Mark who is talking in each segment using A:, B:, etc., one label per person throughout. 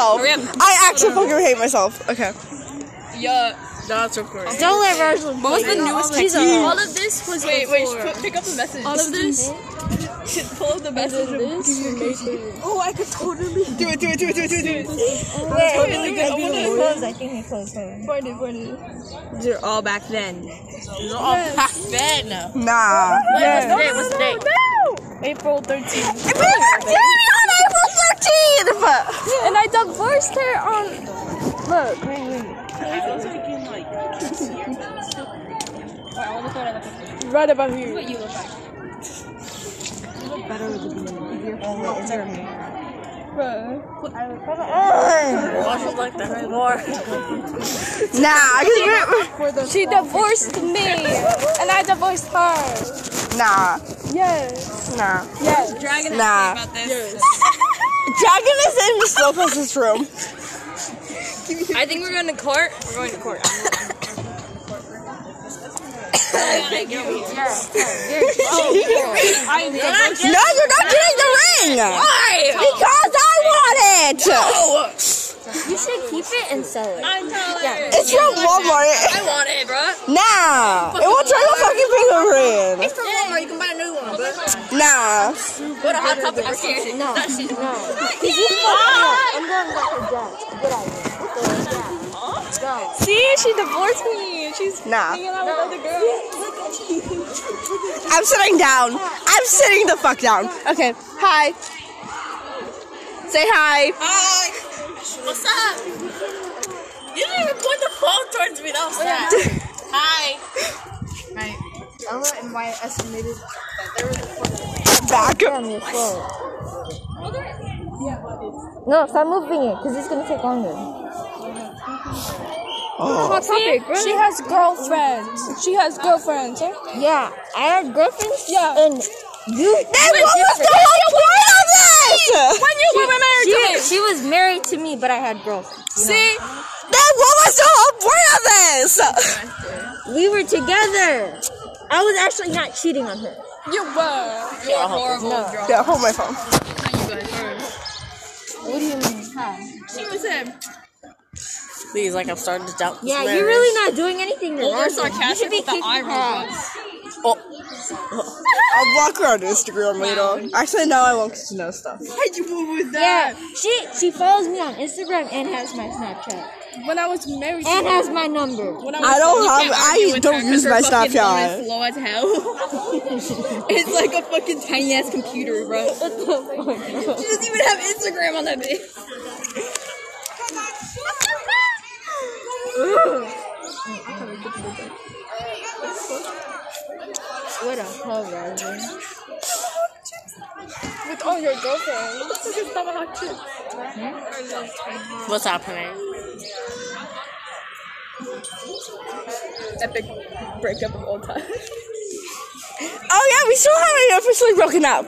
A: myself. I actually fucking hate myself. Okay.
B: Yeah.
C: That's of course.
D: Don't let Virgil. What
B: was the newest
D: She's
B: technique?
D: All of this was
B: Wait, wait,
D: before.
B: put, pick up the message.
D: All of this.
B: Shit, pull up the message. of-
A: Oh, I could totally do it. Do it. Do it. Do it. Do it. Do
B: Wait, wait, wait, I wanna-
A: I think we closed.
B: Find it, find it.
C: These are all back then. These are all back then.
A: Nah.
D: What's the date? What's the date?
B: April 13th.
A: It was our day on April 13th.
D: And I divorced her on. Look. Right about here.
C: Washes like that anymore.
A: Nah, I can
D: She divorced me, and I divorced her.
A: Nah.
D: Yes.
A: Nah.
D: Yes.
C: Dragon is
A: Nah.
C: about this.
A: Dragon is in the Slowpoke's room.
B: I think we're going to court. We're going to court.
C: Oh,
A: No, you're not getting the ring. Why? Because I want it.
D: You should keep it and sell it.
B: I'm telling yeah.
A: It's from Walmart.
B: I want it, bruh.
A: Nah. It won't turn your fucking finger
C: It's from Walmart. You can buy a new one.
A: red. Nah.
B: Go to Hot Topic or something.
D: No. No. I'm going back to Jack. Good idea. Let's go.
B: See, she divorced me. She's
A: Nah.
B: hanging out with other girls.
A: I'm sitting down. I'm sitting the fuck down. Okay. Hi. Say hi.
C: Hi. What's up? You didn't even point the phone towards me.
D: Oh,
C: That was sad. Hi.
A: Back.
D: No, stop moving it, because it's gonna take longer.
B: She has girlfriends. She has girlfriends.
D: eh? Yeah, I had girlfriends.
B: Yeah.
D: and you.
A: Then what was the whole point of this?
B: When you were married to
D: She,
B: me.
D: she was married to me, but I had girlfriends.
B: See?
A: Then what was the whole point of this?
D: We were together. I was actually not cheating on her.
B: You were. You're a horrible girl.
A: Yeah, hold my phone.
D: What do you mean? How?
B: She was him.
C: Please, like I'm starting to doubt. This
D: Yeah,
C: marriage.
D: you're really not doing anything. to
B: Older
D: Roger. You
B: sarcastic
D: should be
B: with the
D: kicking
B: eye
D: her
B: roll.
D: ass.
C: Oh,
A: I'll block her on Instagram later. Actually, no, I won't because she knows stuff.
B: Why'd you move with
D: Yeah, she she follows me on Instagram and has my Snapchat
B: When I was married
D: and has my number.
B: When
A: I don't
B: you
A: have-
B: can't argue
A: I
B: with
A: don't
B: her 'cause
A: use
B: her
A: my
B: fucking
A: Snapchat.
B: phone is Slow as hell. it's like a fucking tiny ass computer, bro. she doesn't even have Instagram on that bitch.
D: What a hoe, Roger.
B: With all your girlfriends.
C: what's happening?
B: Epic breakup of all time.
A: Oh yeah, we still haven't officially broken up.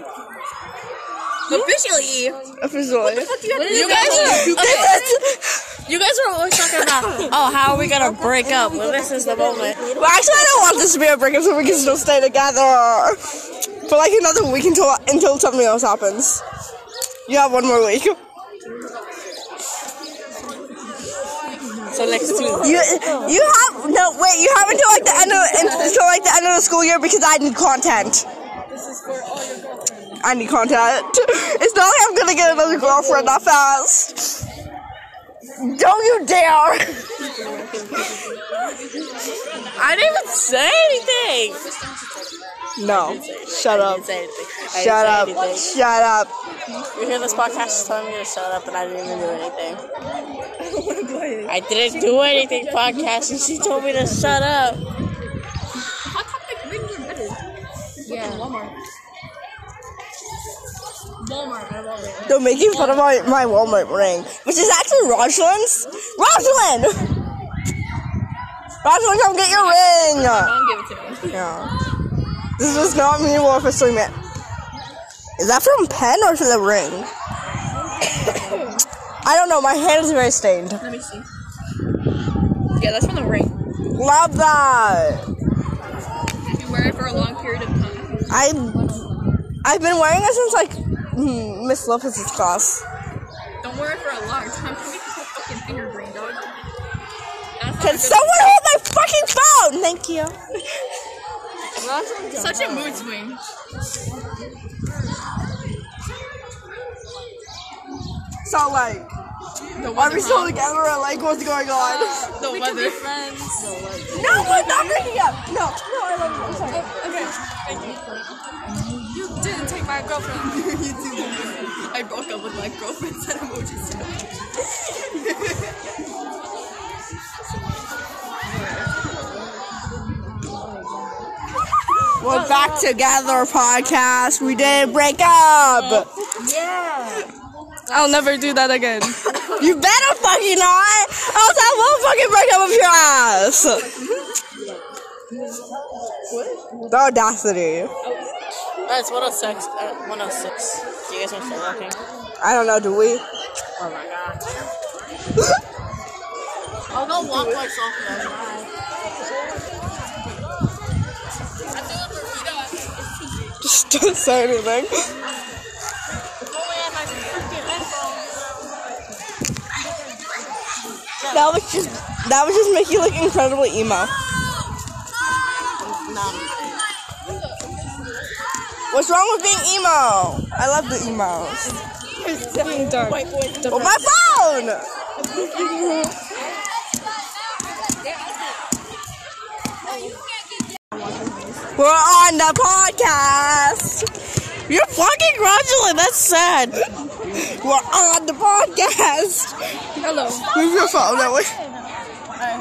C: Officially,
A: Officially.
C: you guys are. Okay,
A: This is,
C: you guys are always talking about. Oh, how are we gonna break up? Well, this is the moment.
A: well, actually, I don't want this to be a breakup, so we can still stay together for like another week until until something else happens. You have one more week. You,
C: So next Tuesday.
A: you have no wait. You have until like the end of until like the end of the school year because I need content. I need content. It's not like I'm gonna get another girlfriend that fast. Don't you dare!
C: I didn't even say anything.
A: No. Shut
C: I
A: up.
C: didn't say anything.
A: Shut
C: I didn't say
A: up.
C: anything.
A: Shut up.
C: You hear this podcast is telling me to shut up, and I didn't even do anything. I didn't do anything, podcast, and she told me to shut up.
A: They're making fun of my, my Walmart ring, which is actually Rosalind's. Rosalind! Rosalind, come get your ring!
B: Don't give it to me.
A: Yeah. This does not mean we're officially met. Is that from pen or from the ring? I don't know, my hand is very stained.
B: Let me see. Yeah, that's from the ring.
A: Love that!
B: You wear it for a long period of time.
A: I, I've been wearing it since like mm, Miss hmm, Lopez's class.
B: Don't wear it for a long time.
A: Someone hold my fucking phone! Thank you.
B: Such a mood swing.
A: So like,
B: The
A: are
B: weather.
A: we still together or like what's going on?
B: the weather.
A: no, we're not breaking up! No, no, I love you. I'm sorry.
B: You didn't take my girlfriend. you didn't. I broke up with my girlfriend. That emoji said.
A: We're back together podcast. We didn't break up.
B: I'll never do that again.
A: You better fucking not. Else I will fucking break up with your ass. The audacity.
C: That's 106. Uh, 106. Do you guys want to start walking?
A: I don't know, do we?
C: Oh my god. I'll go walk myself now.
A: Just don't say anything. That was just that was just make you look incredibly emo. What's wrong with being emo? I love the emos.
B: Being dark.
A: Oh my phone! We're on the podcast. You're fucking fraudulent. That's sad. We're on the podcast.
B: Hello.
A: Move your phone that way.
C: Okay.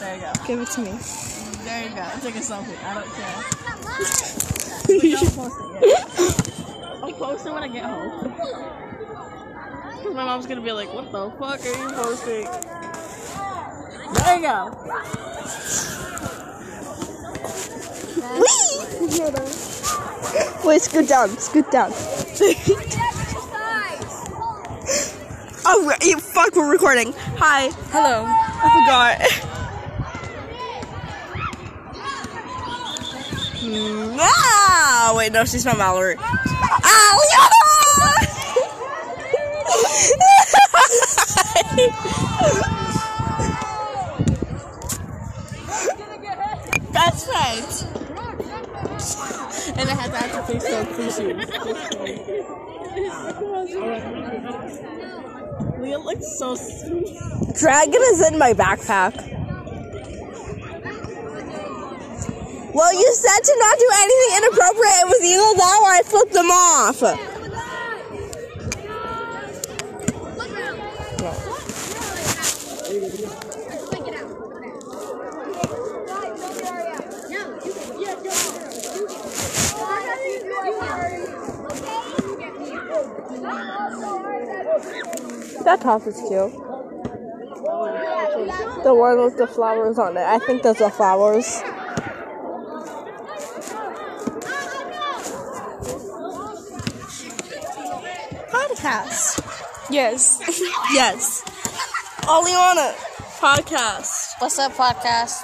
C: There you go.
A: Give it to me.
C: There you go. Take a selfie. I don't care. I'll post it when I get home. Cause my mom's gonna be like, "What the fuck are you posting?" There you go.
A: Wait, scoot down. Scoot down. oh, you- fuck, we're recording. Hi.
B: Hello.
A: I forgot. Ah, wait, no, she's not Mallory. Ah, yeah! Best friends.
C: And I had to have to fix the sushi. Leah looks so. s-
A: Dragon is in my backpack. Well, you said to not do anything inappropriate. It was either that or I flipped them off. That top is cute. The one with the flowers on it. I think those are flowers. Podcast.
B: Yes.
A: Yes. Oleana. Podcast.
C: What's up, podcast?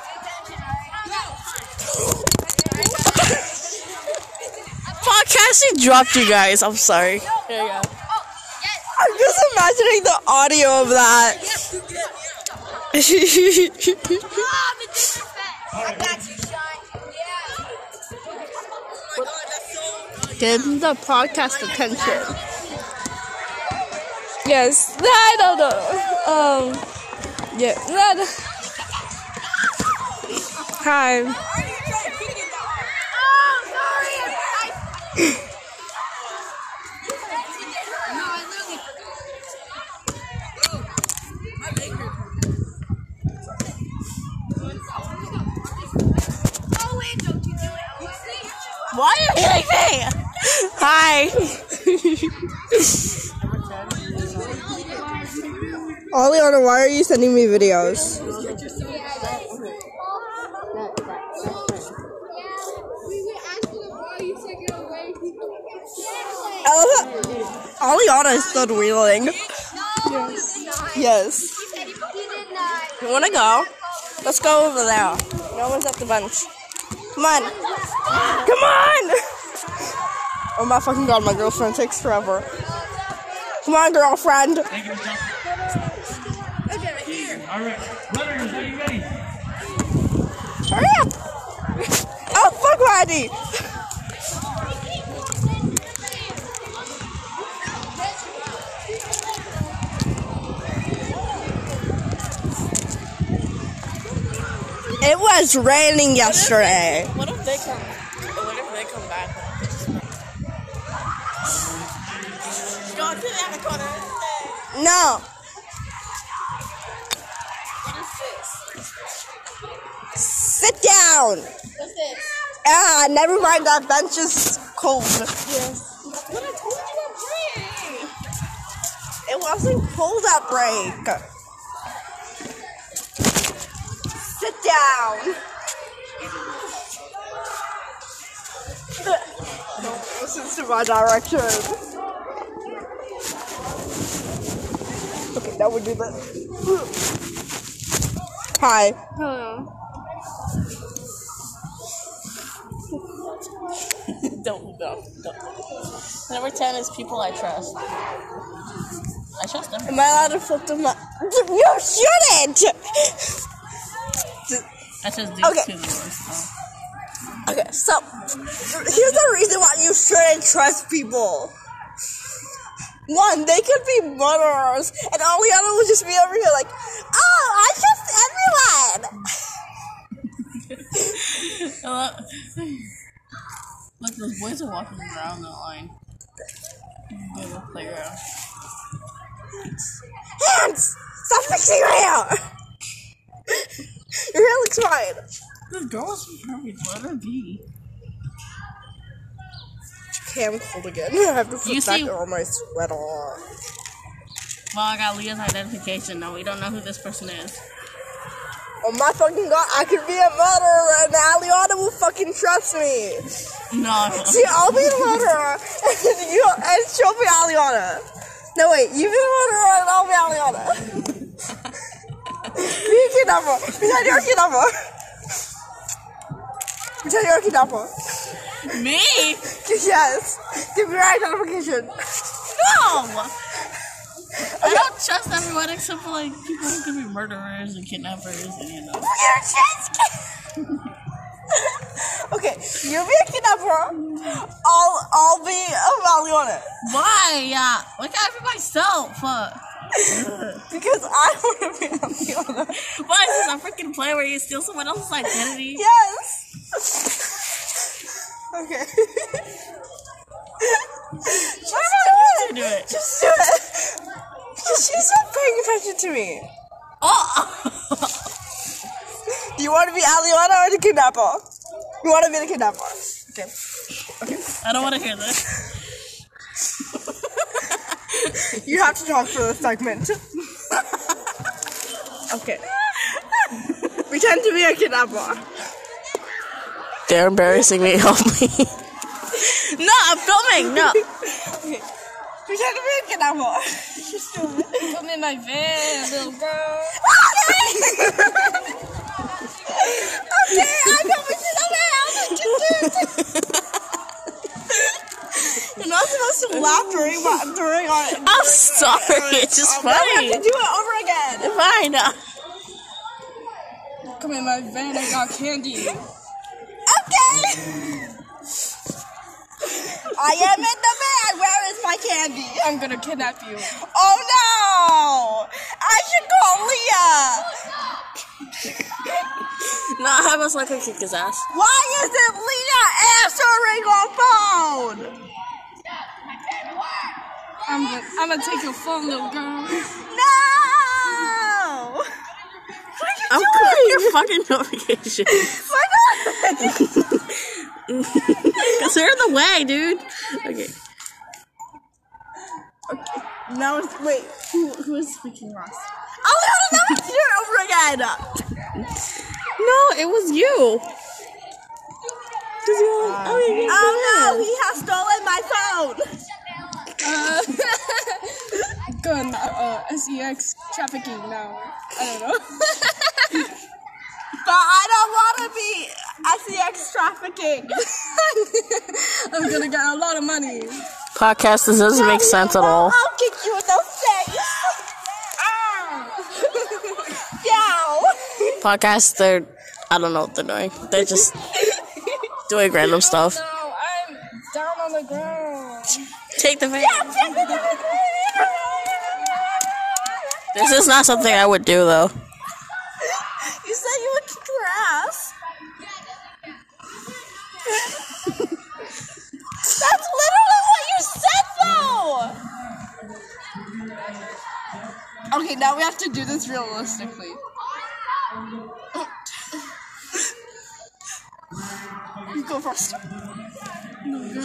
A: Podcasting dropped you guys. I'm sorry.
C: There you go.
A: I'm just imagining the audio of that.
B: Give the podcast attention. Yes. I don't know. Um. Yeah. That. Hi.
A: Why are you like me? Hi. Oleana, why are you sending me videos? Oleana Oh, is still wheeling. Yes. You wanna go? Let's go over there. No one's at the bench. Come on. Come on! Oh my fucking god, my girlfriend takes forever. Come on, girlfriend.
B: Okay, right here.
E: All right, runners, are you ready?
A: Hurry up! Oh, fuck my ID! It was raining yesterday.
C: What if they come? What if they come back? Go sit down in the corner.
A: No. Sit down.
C: What's this?
A: Ah, never mind. That bench is cold.
C: What I told you I'm playing.
A: It wasn't cold that break. Sit down. Don't listen to my direction. Okay, now we do that. Hi.
C: Don't no, don't. Number ten is people I trust. I trust them.
A: Am I allowed to flip them up? You shouldn't!
C: I trust these
A: Okay.
C: two boys.
A: Okay, so here's the reason why you shouldn't trust people. One, they could be murderers, and all the other would just be over here like, oh, I trust everyone!
C: Hello. Look, those boys are walking around the line. They're the
B: uh,
C: playground.
A: Hands! Stop fixing your hair! your hair looks fine.
C: This girl is from Kirby. Let her be.
A: Okay, I'm cold again. I have to put
C: You
A: back
C: see-
A: all my sweat on.
C: Well, I got Leah's identification. Now we don't know who this person is.
A: Oh my fucking god, I could be a murderer, and Aliana will fucking trust me.
C: No.
A: See, I'll be the murderer, and you and she'll be Aliana. No wait, you be the murderer, and I'll be Aliana. Me and Kidnapper. Pretend you're Kidnapper. Pretend you're Kidnapper.
C: Me?
A: Yes. Give me your identification.
C: No! I don't trust everyone except for like people who could be murderers and kidnappers and you know.
A: Your chest. okay, you be a Kidnapper. I'll I'll be a Aliana
C: Why? Yeah, uh, look out for myself. Fuck.
A: because I want to be Aliana.
C: What is this a freaking play where you steal someone else's identity?
A: Yes. okay. Just
C: supposed to
A: do
C: do
A: it.
C: it?
A: Just do it. Just- She's not paying attention to me.
C: Oh,
A: Do you want to be Aliana or the kidnapper? You want to be the kidnapper. Okay.
C: I don't want to hear this.
A: You have to talk for the segment. okay. Pretend to be a kidnapper.
C: They're embarrassing me. Help me. no, I'm filming. No.
A: Pretend to be a kidnapper.
B: Put me in my van, little girl.
A: okay, I know what you're You're not supposed to laugh during my, during our.
C: I'm sorry. It's just
A: Now we
C: funny.
A: have to do it over again.
C: Fine. uh,
B: Come in my van, I got candy.
A: Okay. I am in the van. Where is my candy?
B: I'm gonna kidnap you.
A: Oh no! I should call Leah.
C: No, I was like I kick his ass.
A: Why isn't Leah answering her phone?
B: I'm gonna, I'm gonna take your phone, little girl.
A: No! What are you
C: I'm
A: doing?
C: clicking your fucking notification.
A: Why not?
C: Cause they're in the way, dude. Okay.
A: Now it's wait.
C: Who, who is freaking Ross?
A: Oh no! Now it's here over again.
C: No, it was you. Cause you're like, oh, yeah, yeah,
A: Oh no!
C: yeah.
A: He has stolen my phone.
B: Uh, gun, uh, uh, sex trafficking now. I don't know.
A: But I don't want to be sex trafficking.
B: I'm gonna get a lot of money.
C: Podcast. This doesn't make sense at all.
A: I'll kick you in the face.
C: Podcasts, they're, I don't know what they're doing. They're just doing random stuff.
A: I'm down on the ground.
C: Take the van. This is not something I would do though.
A: You said you would kick her ass. That's literally what you said, though.
B: Okay, now we have to do this realistically.
A: You go first.
B: Girl,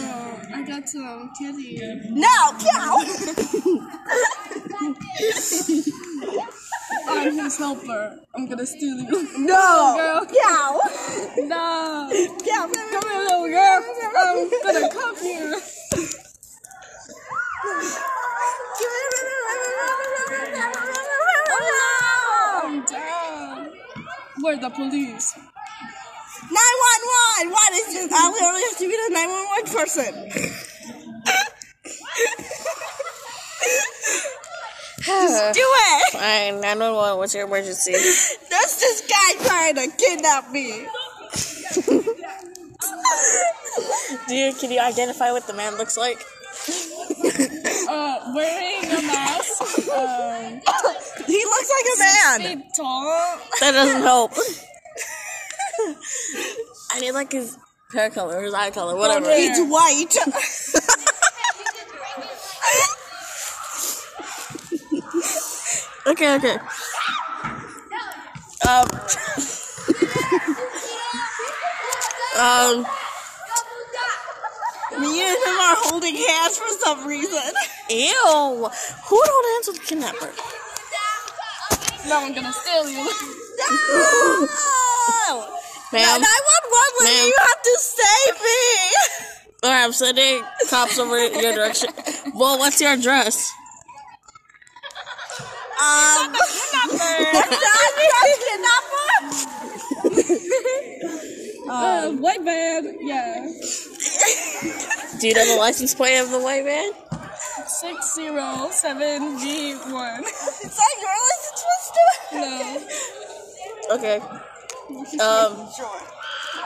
B: I got some candy.
A: Now, cow.
B: I'm his helper. I'm gonna steal you.
A: No,
B: girl.
A: cow.
B: no!
A: Cow.
B: Come here, little girl. I'm gonna come here. I'm down. Oh, Where the police?
A: 911. What is this? I literally have to be the 911 person. Do it.
C: Fine, 911, what's your emergency?
A: There's this guy trying to kidnap me.
C: Do you, can you identify what the man looks like?
B: Uh, wearing a mask. Um,
A: He looks like a man.
B: big tall.
C: That doesn't help. I need like his hair color, his eye color, whatever.
A: He's white.
C: Okay, okay. Um. um.
A: me and him are holding hands for some reason.
C: Ew. Who don't answer the kidnapper?
B: Now I'm gonna steal you.
A: No!
C: Ma'am.
A: 911, lady,
C: Ma'am.
A: you have to save me.
C: Or I'm sending cops over your direction. Well, what's your address?
A: Um, that's not that's kidnapper. Um,
B: Uh, white man. Yeah.
C: Do you know the license plate of the white man?
B: Six zero seven G one.
A: Is that your license plate still?
B: No.
C: Okay. Um.
A: Oh,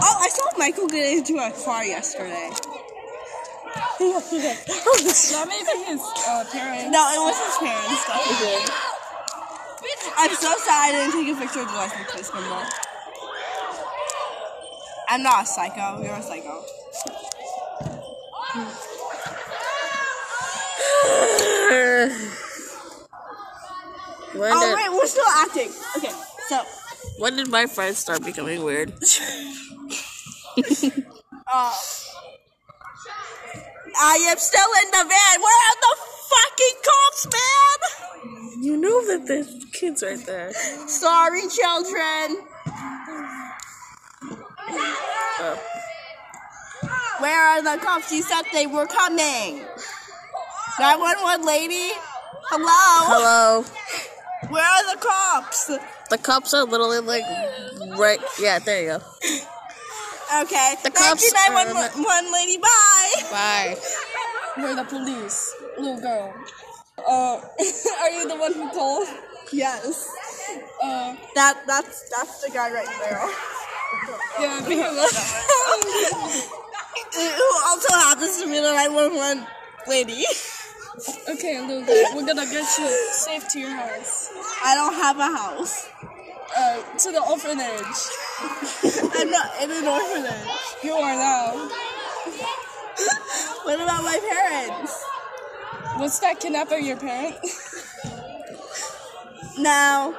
A: I saw Michael get into a car yesterday.
B: Not maybe his uh, parents.
A: No, it was his parents. Though. I'm so sad I didn't take a picture of the license plate symbol. I'm not a psycho. You're a psycho.
C: When
A: Oh
C: did,
A: wait, we're still acting. Okay, so
C: when did my friends start becoming weird?
A: I am still in the van. Where are the fucking cops, man?
C: You know that there's kids right there.
A: Sorry, children.
C: Uh.
A: Where are the cops? You said they were coming. 911 lady? Hello?
C: Hello.
A: Where are the cops?
C: The cops are literally like right. Yeah, there you go.
A: Okay.
C: The
A: Thank you,
C: cops are
A: 911 lady. Bye.
C: Bye.
B: We're the police. Little girl. Uh, are you the one who called?
A: Yes.
B: Uh,
A: That that's that's the guy right there.
B: yeah, we have a-
A: Who also happens to be the 911 lady.
B: Okay, little girl, we're gonna get you safe to your house.
A: I don't have a house.
B: Uh, to the orphanage.
A: I'm not in an orphanage.
B: You are now.
A: What about my parents?
B: Was that kidnapping your parents?
A: No.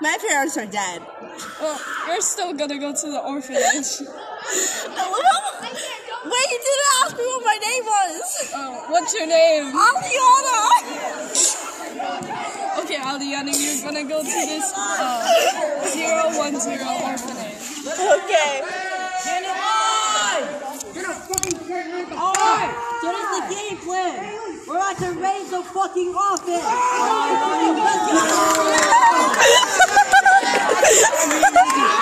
A: My parents are dead.
B: Well, you're still gonna go to the orphanage.
A: Wait, you didn't ask me what my name was.
B: Oh, what's your name?
A: Aliana.
B: Okay, Aliana, you're gonna go to this uh, 010 orphanage.
A: Okay.
F: Alright, so that's the game plan. We're about to raise the fucking offense.
A: I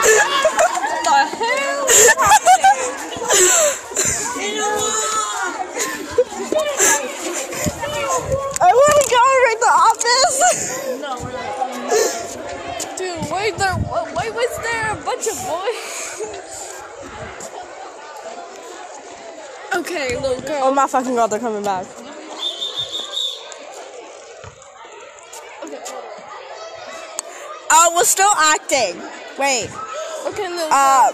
A: want to go right the office.
B: why there? Why was there a bunch of boys? okay, little girl.
A: Oh my fucking god, they're coming back. Oh, we're still acting. Wait.
B: Okay, little
A: Uh,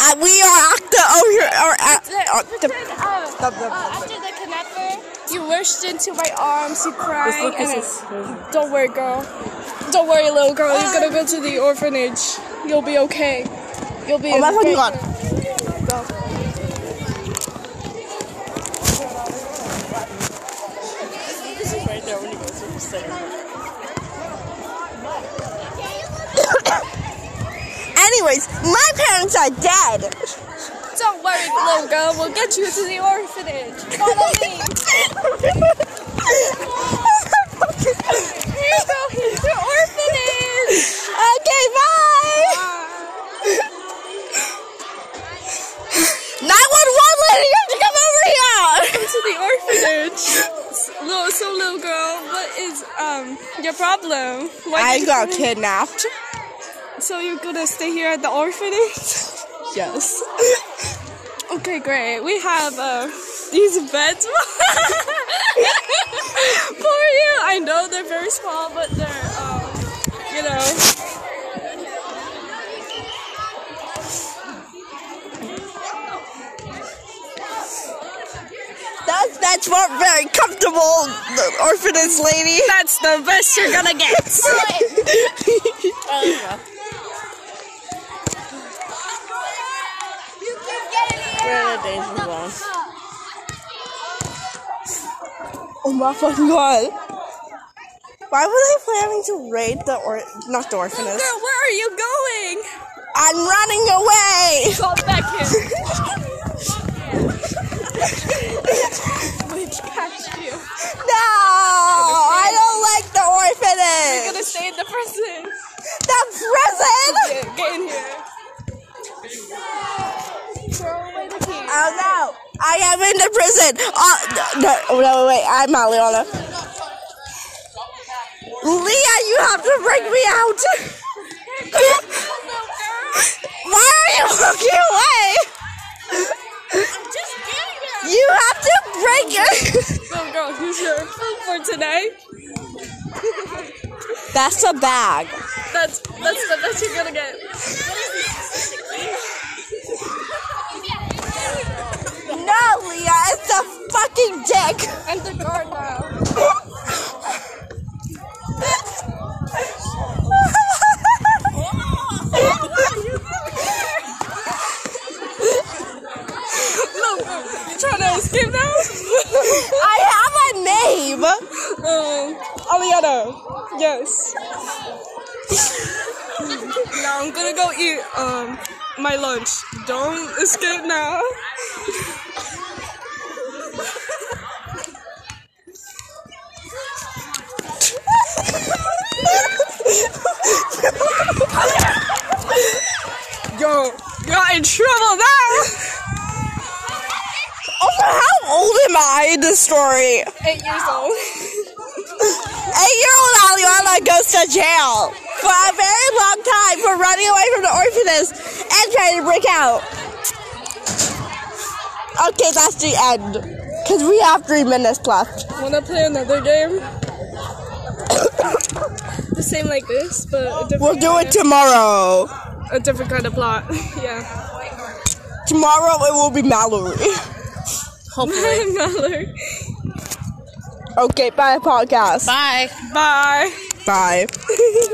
A: uh, we are acting over here. Or,
B: Pretend,
A: uh, uh, the-
B: pretend, uh,
A: the- the-
B: uh, after the kidnapper, you rushed into my arms, you cried, and then- don't worry, girl. Don't worry, little girl. You're gonna go to the orphanage. You'll be okay. You'll be
A: oh my
B: okay.
A: fucking god. Anyways, my parents are dead.
B: Don't worry, little girl. We'll get you to the orphanage. Follow me. We're going to orphanage.
A: Okay, bye. 911 lady, you have to come over here.
B: Come to the orphanage. Little, so little girl, what is um your problem? Why
A: I
B: did
A: got
B: you-
A: kidnapped.
B: So you're gonna stay here at the orphanage?
A: Yes.
B: Okay, great. We have uh, these beds for you. I know they're very small, but they're, um, you know.
A: That's that's not very comfortable, the orphanage lady.
B: That's the best you're gonna get.
A: Oh my fucking god. Why were they planning to raid the or not the orphanage?
B: Girl, where are you going?
A: I'm running away.
B: Go back here. we catch you.
A: No, I don't like the
B: You're
A: orphanage.
B: gonna stay in the prison.
A: The prison.
B: Get, get in here. Throw away the key.
A: Oh no, I am in the prison. Oh no, no, no wait, I'm not Leona. Leah, you have to bring me out. Why are you walking away? You have to break it.
B: Little girl, here's your food for tonight.
A: That's a bag.
B: That's that's the best you're gonna get.
A: No, Leah, it's a fucking dick.
B: I'm the guard now. Look, you trying to escape now?
A: I have a name.
B: um, Aliana. Yes. now I'm gonna go eat um my lunch. Don't escape now. Yo, you're in trouble now.
A: Also, how old am I in this story?
B: Eight years old.
A: Eight-year-old Aliana goes to jail for a very long time for running away from the orphanage and trying to break out. Okay, that's the end. Cause we have three minutes left.
B: Wanna play another game? the same like this, but a different
A: We'll do it tomorrow.
B: a different kind of plot. yeah.
A: Tomorrow it will be Mallory.
B: Mallory.
A: Okay, bye podcast.
B: Bye. Bye.
A: Bye.